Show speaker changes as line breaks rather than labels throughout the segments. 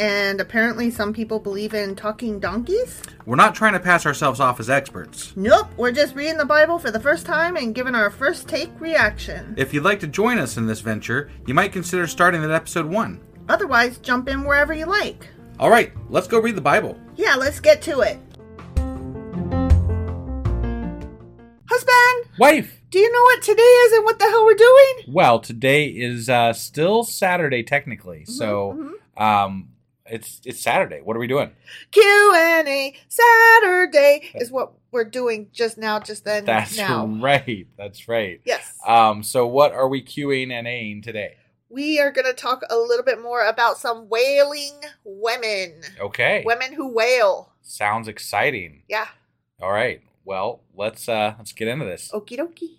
and apparently some people believe in talking donkeys?
We're not trying to pass ourselves off as experts.
Nope, we're just reading the Bible for the first time and giving our first take reaction.
If you'd like to join us in this venture, you might consider starting at episode 1.
Otherwise, jump in wherever you like.
All right, let's go read the Bible.
Yeah, let's get to it. Husband,
Wife!
do you know what today is and what the hell we're doing?
Well, today is uh, still Saturday technically,
Mm-hmm.
so um, it's it's Saturday. What are we doing?
Q&A Saturday is what we're doing just now, just then,
That's
now.
right. That's right.
Yes.
Um, so what are we queuing and aing today?
we are going to talk a little bit more about some wailing women.
Okay,
Women who wail.
sounds exciting.
Yeah.
All right. Well, let's uh, let's get into this.
Okie dokie.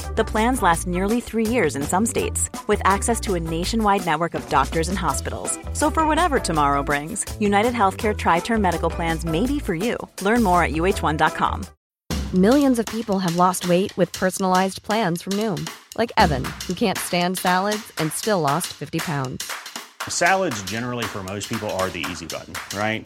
The plans last nearly three years in some states, with access to a nationwide network of doctors and hospitals. So, for whatever tomorrow brings, United Healthcare Tri Term Medical Plans may be for you. Learn more at uh1.com.
Millions of people have lost weight with personalized plans from Noom, like Evan, who can't stand salads and still lost 50 pounds.
Salads, generally, for most people, are the easy button, right?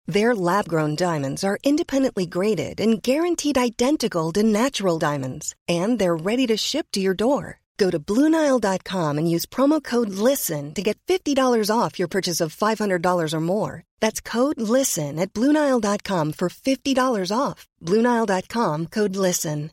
Their lab grown diamonds are independently graded and guaranteed identical to natural diamonds, and they're ready to ship to your door. Go to BlueNile.com and use promo code LISTEN to get $50 off your purchase of $500 or more. That's code LISTEN at BlueNile.com for $50 off. BlueNile.com code LISTEN.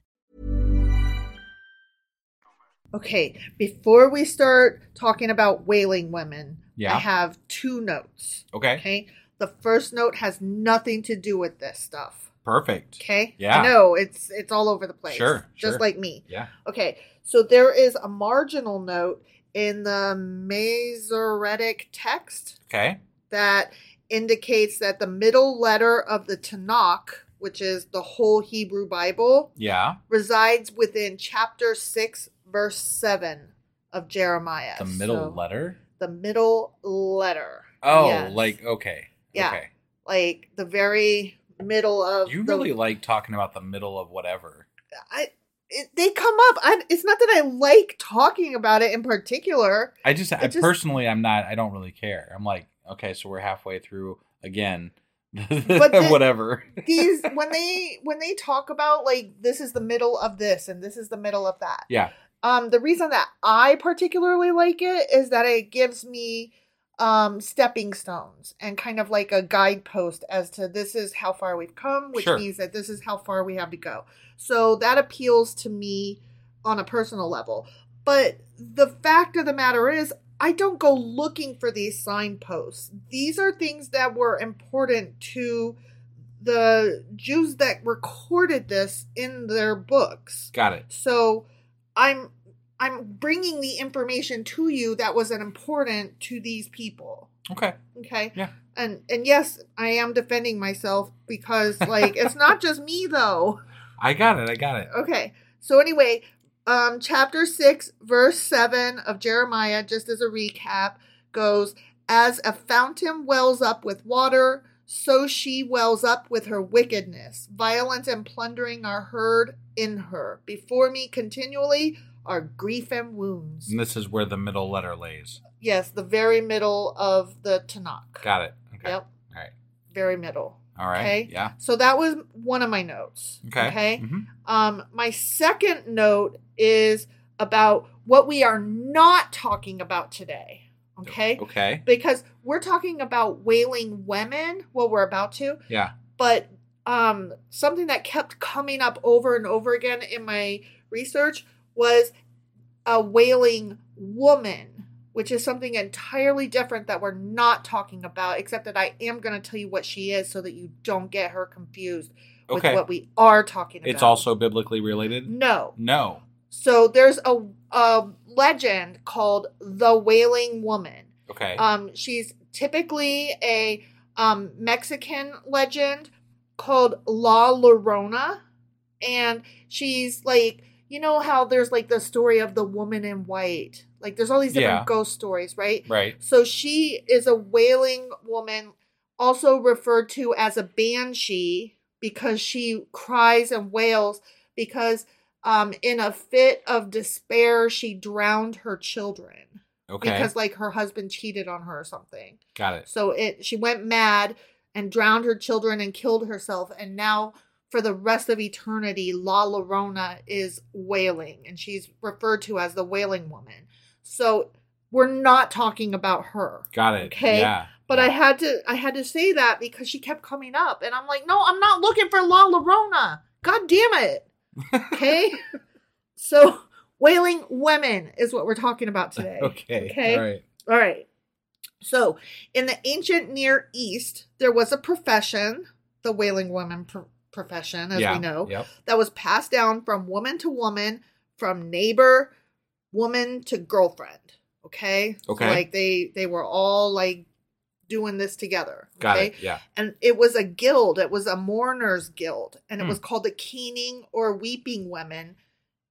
Okay, before we start talking about wailing women,
Yeah.
I have two notes.
Okay.
Okay. The first note has nothing to do with this stuff.
Perfect.
Okay?
Yeah.
I know it's it's all over the place.
Sure,
Just
sure.
like me.
Yeah.
Okay. So there is a marginal note in the Masoretic text
Okay.
that indicates that the middle letter of the Tanakh, which is the whole Hebrew Bible,
Yeah.
resides within chapter 6 verse 7 of jeremiah
The middle
So,
letter.
the middle letter
Oh,
Yes.
like okay.
Yeah.
Okay.
like the very middle of
You
the-
really like talking about the middle of whatever.
I, it, they come up I, it's not that i like talking about it in particular
I just, I
just-
personally, I'm not. I don't really care. I'm like, okay, so we're halfway through again.
But the-
whatever.
These when they when they talk about like this is the middle of this and this is the middle of that.
Yeah.
Um, the reason that I particularly like it is that it gives me um stepping stones and kind of like a guidepost as to this is how far we've come, which
Sure.
means that this is how far we have to go. So that appeals to me on a personal level. But the fact of the matter is, I don't go looking for these signposts. These are things that were important to the Jews that recorded this in their books.
Got it.
So I'm I'm bringing the information to you that was important to these people.
Okay.
Okay.
Yeah.
And and yes, I am defending myself because like it's not just me though.
I got it. I got it.
Okay. So anyway, um chapter 6 verse 7 of Jeremiah just as a recap goes as a fountain wells up with water so she wells up with her wickedness violence and plundering are heard in her before me continually are grief and wounds
And this is where the middle letter lays.
yes the very middle of the tanakh
Got it. Okay.
Yep.
All right.
very middle
All right.
Okay.
Yeah.
so that was one of my notes
Okay.
okay
Mhm.
Um, my second note is about what we are not talking about today. Okay?
Okay.
Because we're talking about wailing women, well, we're about to,
Yeah.
but um, something that kept coming up over and over again in my research was a wailing woman, which is something entirely different that we're not talking about, except that I am going to tell you what she is so that you don't get her confused with
Okay.
what we are talking about.
It's also biblically related.
No.
No.
So there's a, a legend called the Wailing Woman.
Okay.
Um, she's typically a um, Mexican legend called La Llorona. And she's like, you know how there's like the story of the woman in white? Like there's all these different
Yeah.
ghost stories, right?
right.
So she is a wailing woman, also referred to as a banshee, because she cries and wails because um, in a fit of despair, she drowned her children
Okay.
because like her husband cheated on her or something.
got it.
So it she went mad and drowned her children and killed herself and now for the rest of eternity La Llorona is wailing and she's referred to as the wailing woman. So we're not talking about her.
Got it.
Okay.
Yeah.
But I had to I had to say that because she kept coming up and I'm like, "No, I'm not looking for La Llorona. God damn it." Okay? so wailing women is what we're talking about today.
Okay.
Okay.
All right.
All right. So, in the ancient Near East, there was a profession, the wailing woman pr- profession, as
yeah.
we know,
Yep.
that was passed down from woman to woman, from neighbor, woman to girlfriend. Okay. So,
Okay.
like they they were all like doing this together.
Got
okay?
it. Yeah.
And it was a guild. It was a mourners guild, and it
Hmm.
was called the keening or weeping women,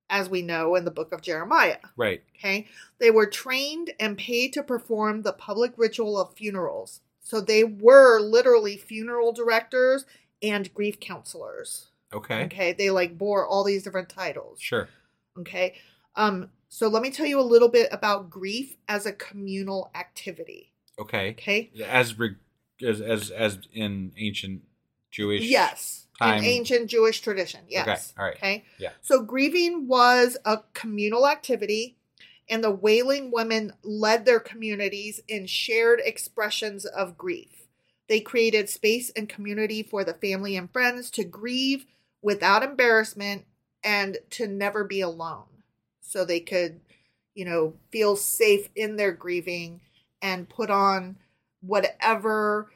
as we know in the book of Jeremiah.
Right.
Okay. They were trained and paid to perform the public ritual of funerals. So they were literally funeral directors and grief counselors.
Okay.
Okay. They like bore all these different titles.
Sure.
Okay. Um, so let me tell you a little bit about grief as a communal activity.
Okay.
Okay.
As re- as as as in ancient Jewish.
Yes.
time-
An ancient Jewish tradition. Yes.
Okay, all right.
Okay.
Yeah.
So grieving was a communal activity, and the wailing women led their communities in shared expressions of grief. They created space and community for the family and friends to grieve without embarrassment and to never be alone. So they could, you know, feel safe in their grieving and put on whatever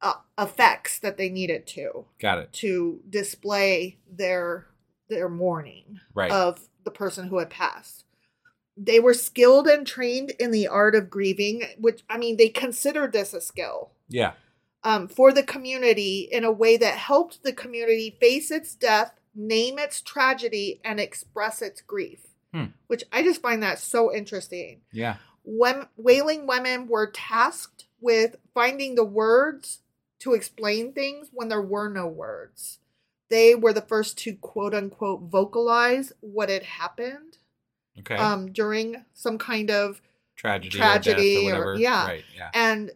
uh, effects that they needed to
Got it.
to display their their mourning
Right.
of the person who had passed. They were skilled and trained in the art of grieving, which I mean they considered this a skill
Yeah.
um, for the community in a way that helped the community face its death, name its tragedy, and express its grief.
Hmm.
Which I just find that so interesting
Yeah.
wem- wailing women were tasked with finding the words to explain things when there were no words. They were the first to quote unquote vocalize what had happened
Okay.
um, during some kind of
tragedy.
tragedy
Or death or
or-
whatever.
yeah.
Right. Yeah.
and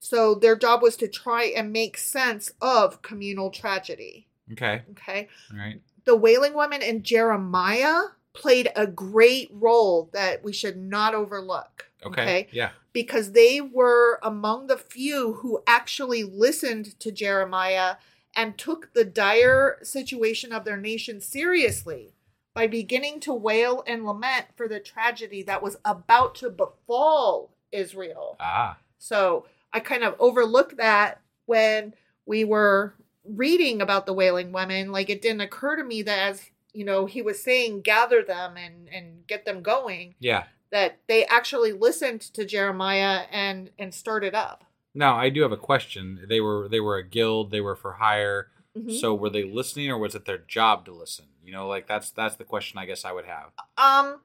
So their job was to try and make sense of communal tragedy.
Okay.
Okay.
All right.
The Wailing Woman and Jeremiah played a great role that we should not overlook.
Okay. Yeah.
Because they were among the few who actually listened to Jeremiah and took the dire situation of their nation seriously by beginning to wail and lament for the tragedy that was about to befall Israel.
Ah.
So I kind of overlooked that when we were reading about the wailing women. Like it didn't occur to me that as you know, he was saying gather them and and get them going.
Yeah.
That they actually listened to Jeremiah and and started up.
Now I do have a question. They were they were a guild. They were for hire.
Mhm.
So were they listening, or was it their job to listen? You know, like that's that's the question I guess I would have.
Um,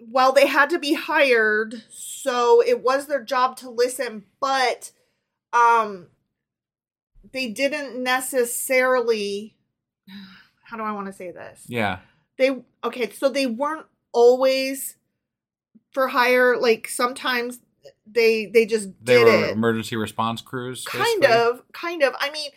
well, they had to be hired, so it was their job to listen, but um, they didn't necessarily. How do I want to say this?
Yeah.
They okay, so they weren't always for hire. Like sometimes they they just
They
did
were
it
emergency response crews.
kind
basically?
of kind of i mean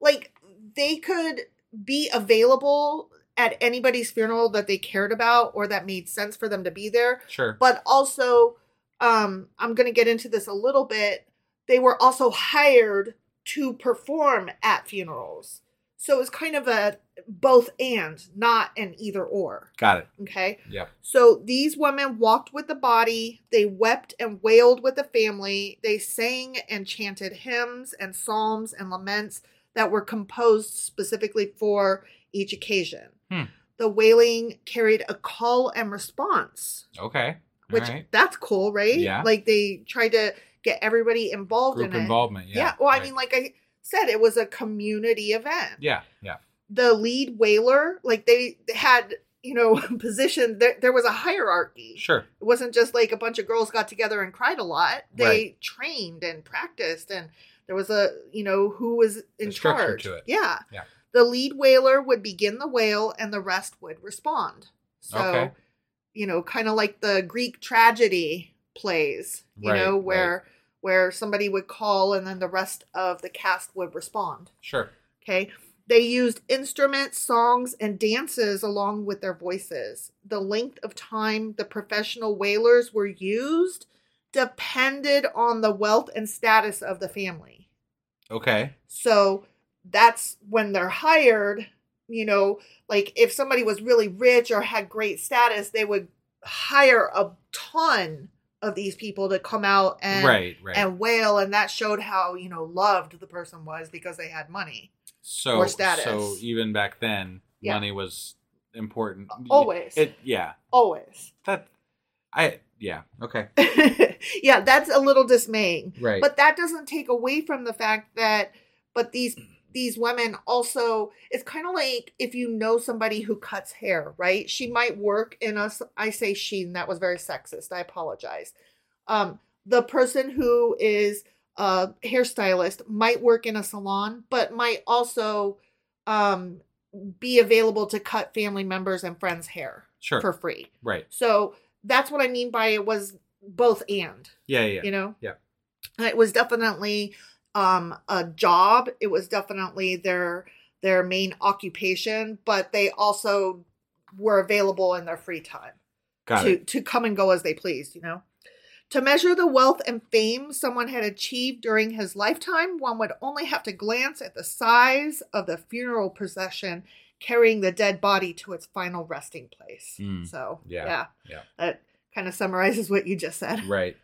like they could be available at anybody's funeral that they cared about or that made sense for them to be there
Sure.
but also um i'm going to get into this a little bit they were also hired to perform at funerals so it's kind of a both and not an either or
Got it.
okay
Yep.
so these women walked with the body, they wept and wailed with the family, they sang and chanted hymns and psalms and laments that were composed specifically for each occasion.
Hmm.
The wailing carried a call and response,
Okay. All
which
right.
that's cool, right?
Yeah.
Like they tried to get everybody involved
Group
in it.
involvement. Yeah.
Yeah. Well, I
right.
mean, like I said, it was a community event
Yeah. Yeah.
the lead whaler like they had you know positioned there, there was a hierarchy
Sure.
it wasn't just like a bunch of girls got together and cried a lot they
Right.
trained and practiced and there was a you know who was in
A structure
charge
to it.
yeah
Yeah.
the lead whaler would begin the whale and the rest would respond so
Okay.
you know kind of like the greek tragedy plays you
Right,
know
right.
where where somebody would call and then the rest of the cast would respond
Sure.
Okay. They used instruments, songs, and dances along with their voices. The length of time the professional wailers were used depended on the wealth and status of the family.
Okay.
So that's when they're hired, you know, like if somebody was really rich or had great status, they would hire a ton of these people to come out and
right. Right.
and wail and that showed how, you know, loved the person was because they had money.
so
or status.
so even back then,
Yeah.
money was important.
Always.
It. Yeah.
always.
That. I. Yeah. Okay.
yeah, that's a little dismaying.
Right.
But that doesn't take away from the fact that but these these women also it's kind of like if you know somebody who cuts hair, right? She might work in a s- I say she and that was very sexist. I apologize. Um the person who is a hairstylist might work in a salon but might also um be available to cut family members and friends hair
Sure.
for free.
Right.
So that's what I mean by it was both and,
Yeah. Yeah.
you know?
Yeah.
It was definitely um a job. It was definitely their their main occupation, but they also were available in their free time
Got
to
it.
to come and go as they pleased, you know? To measure the wealth and fame someone had achieved during his lifetime, one would only have to glance at the size of the funeral procession carrying the dead body to its final resting place.
Mm.
So,
Yeah.
yeah
Yeah.
that kind of summarizes what you just said.
Right.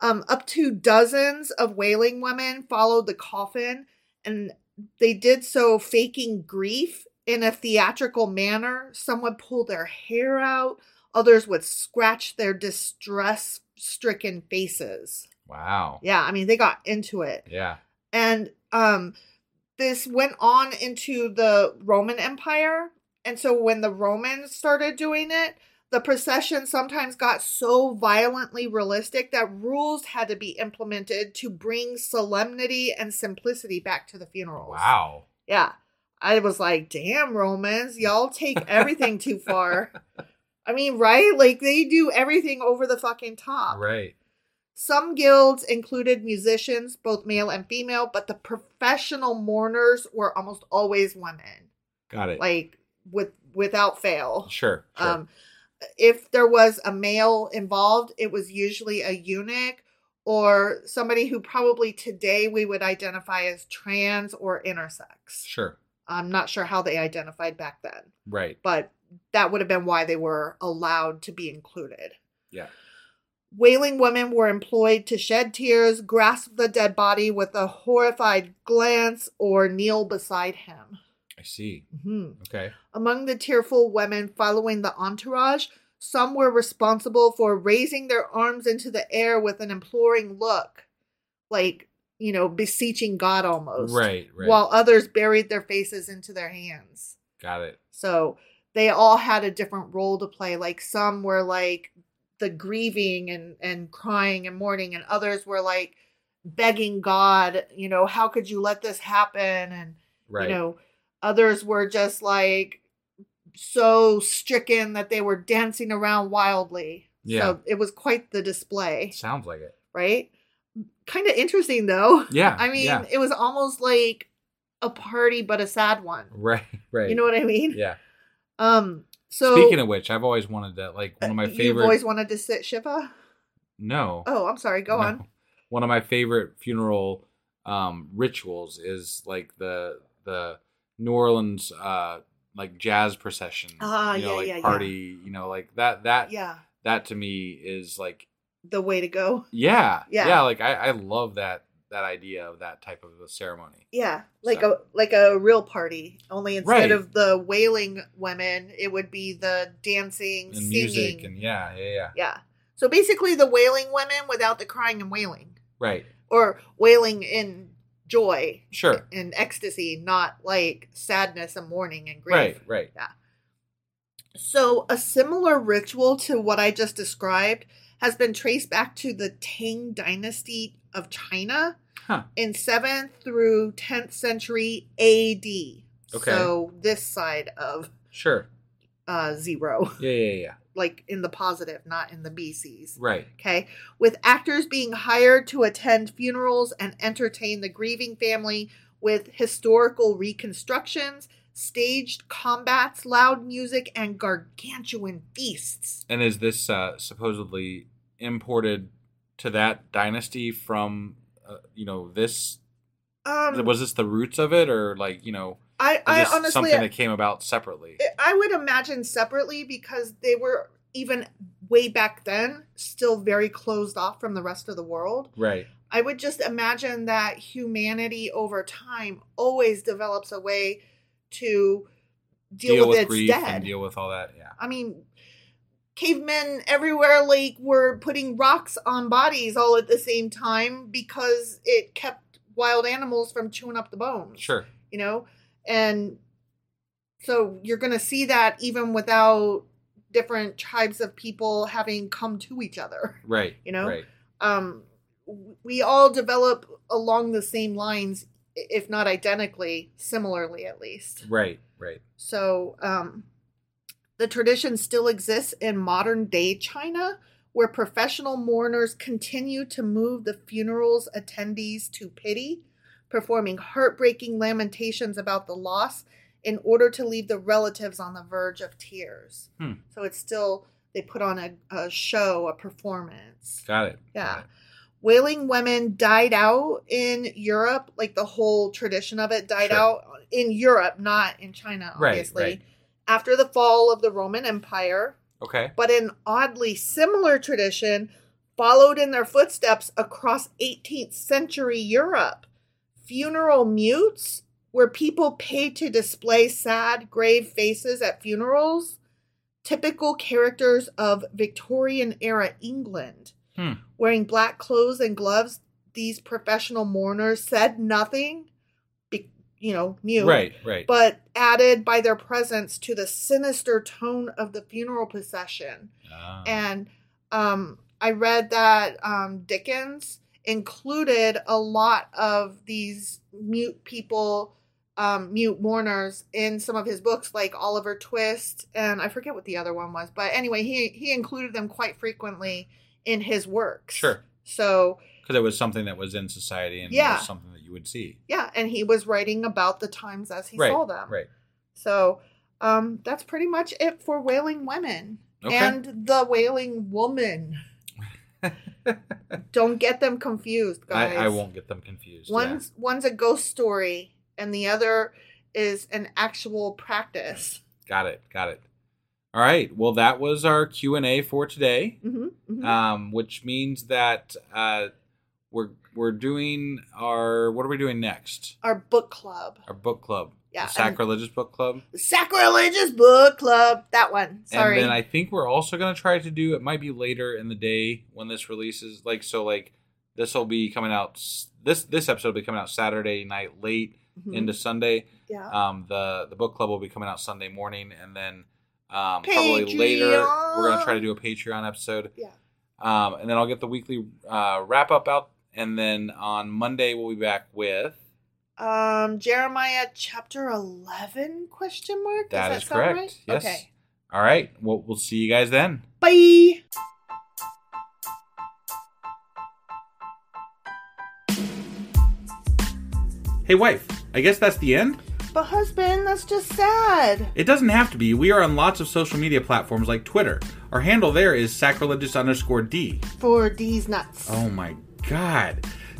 Um, up to dozens of wailing women followed the coffin, and they did so faking grief in a theatrical manner. Some would pull their hair out, others would scratch their distress stricken faces.
Wow.
Yeah, I mean, they got into it
Yeah.
and um this went on into the roman empire and so when the romans started doing it the procession sometimes got so violently realistic that rules had to be implemented to bring solemnity and simplicity back to the funerals
Wow.
yeah i was like damn romans y'all take everything too far i mean right like they do everything over the fucking top
Right.
Some guilds included musicians, both male and female, but the professional mourners were almost always women,
Got it.
like with without fail.
sure. sure.
Um, if there was a male involved, it was usually a eunuch or somebody who probably today we would identify as trans or intersex.
sure.
I'm not sure how they identified back then,
Right.
but that would have been why they were allowed to be included.
Yeah.
Wailing women were employed to shed tears, grasp the dead body with a horrified glance, or kneel beside him.
I see.
Mhm.
Okay.
Among the tearful women following the entourage, some were responsible for raising their arms into the air with an imploring look, like, you know, beseeching God almost.
Right, right.
While others buried their faces into their hands.
Got it.
So they all had a different role to play. Like some were like the grieving and and crying and mourning, and others were like begging God, you know, how could you let this happen? And
Right.
you know, others were just like so stricken that they were dancing around wildly.
Yeah.
So it was quite the display,
Sounds like it.
right? Kind of interesting though.
Yeah.
I mean,
yeah.
it was almost like a party but a sad one.
right, right.
You know what I mean?
Yeah.
Um. So
Speaking of which, I've always wanted that. Like one of my
uh,
favorite.
You've always wanted to sit Shiva.
no.
Oh, I'm sorry. Go
no.
on.
One of my favorite funeral um, rituals is like the the New Orleans uh, like jazz procession.
Ah,
you know,
yeah,
like
yeah, yeah.
party. You know, like that. That.
Yeah,
That to me is like
the way to go.
yeah,
Yeah.
like I, I love that that idea of that type of a ceremony.
Yeah, like
So-
a like a real party. Only instead
Right.
of the wailing women, it would be the dancing,
And
singing.
music and yeah, yeah, yeah.
yeah. So basically, the wailing women without the crying and wailing,
Right.
or wailing in joy
Sure.
and ecstasy, not like sadness and mourning and grief.
Right, right.
So, a similar ritual to what I just described has been traced back to the Tang Dynasty of China
Huh.
in 7th through 10th century AD.
Okay.
So, this side of
Sure.
uh, zero,
Yeah, yeah, yeah.
like in the positive, not in the BCs.
Right.
Okay. With actors being hired to attend funerals and entertain the grieving family with historical reconstructions, staged combats, loud music, and gargantuan feasts.
And is this uh, supposedly imported to that dynasty from, uh, you know, this?
Um,
was this the roots of it, or like, you know,
I,
is
I
this
honestly, uh,
something that came about separately?
I would imagine separately because they were even way back then still very closed off from the rest of the world.
right.
I would just imagine that humanity over time always develops a way to deal, with, its
grief
dead.
and deal with all that. Yeah.
I mean, cavemen everywhere like were putting rocks on bodies all at the same time because it kept wild animals from chewing up the bones.
Sure.
You know, and so you're going to see that even without different tribes of people having come to each other
Right.
You know?
Right.
um, w- we all develop along the same lines, i- if not identically, similarly at least.
Right. Right.
So um, the tradition still exists in modern day China, where professional mourners continue to move the funeral's attendees to pity, performing heartbreaking lamentations about the loss in order to leave the relatives on the verge of tears.
Hmm.
So it's still, they put on a, a show, a performance.
Got it.
Yeah.
Got it.
Wailing women died out in Europe, like the whole tradition of it died
Sure.
out in Europe, not in China,
Right,
obviously,
right.
after the fall of the Roman Empire.
Okay.
But an oddly similar tradition followed in their footsteps across 18th century Europe. Funeral mutes, where people paid to display sad, grave faces at funerals, typical characters of Victorian era England
Hmm.
wearing black clothes and gloves, these professional mourners said nothing, be, you know, mute,
Right. Right.
but added by their presence to the sinister tone of the funeral procession.
Ah.
Uh-huh.
And um, I read that um, Dickens included a lot of these mute people. Um, mute mourners in some of his books like Oliver Twist and I forget what the other one was but anyway he he included them quite frequently in his works
sure.
So
because it was something that was in society and it
Yeah.
was something that you would see.
yeah, and he was writing about the times as he
right.
saw them.
Right.
So um, that's pretty much it for wailing women
Okay.
and the wailing woman. Don't get them confused, guys.
I, I won't get them confused. yeah.
One's one's a ghost story, and the other is an actual practice.
Got it. Got it. All right. Well, that was our Q and A for today,
hmm hmm
um, which means that uh, we're we're doing our what are we doing next?
Our book club,
Our book club.
Yeah,
The
and-
sacrilegious book club.
sacrilegious book club. That one. Sorry.
And then I think we're also going to try to do it might be later in the day when this releases like so like this will be coming out s- this this episode will be coming out Saturday night late
Mhm.
into Sunday.
yeah.
Um the the book club will be coming out Sunday morning and then um probably later we're going to try to do a Patreon episode.
Yeah.
Um and then I'll get the weekly uh wrap up out and then on Monday we'll be back with uh,
Um, Jeremiah chapter eleven question mark.
That
Does
is
that sound
correct.
right?
Yes.
Okay.
All right. Well, we'll see you guys then.
Bye.
Hey wife, I guess that's the end.
But husband, that's just sad.
It doesn't have to be. We are on lots of social media platforms like Twitter. Our handle there is sacrilegious underscore D.
For these nuts.
Oh my god.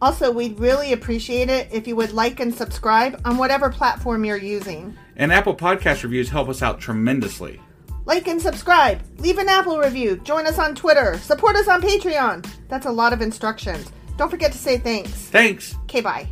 Also, we'd really appreciate it if you would like and subscribe on whatever platform you're using.
And Apple Podcast reviews help us out tremendously.
Like and subscribe, leave an Apple review, join us on Twitter, support us on Patreon. That's a lot of instructions. Don't forget to say thanks.
Thanks!
Okay, bye.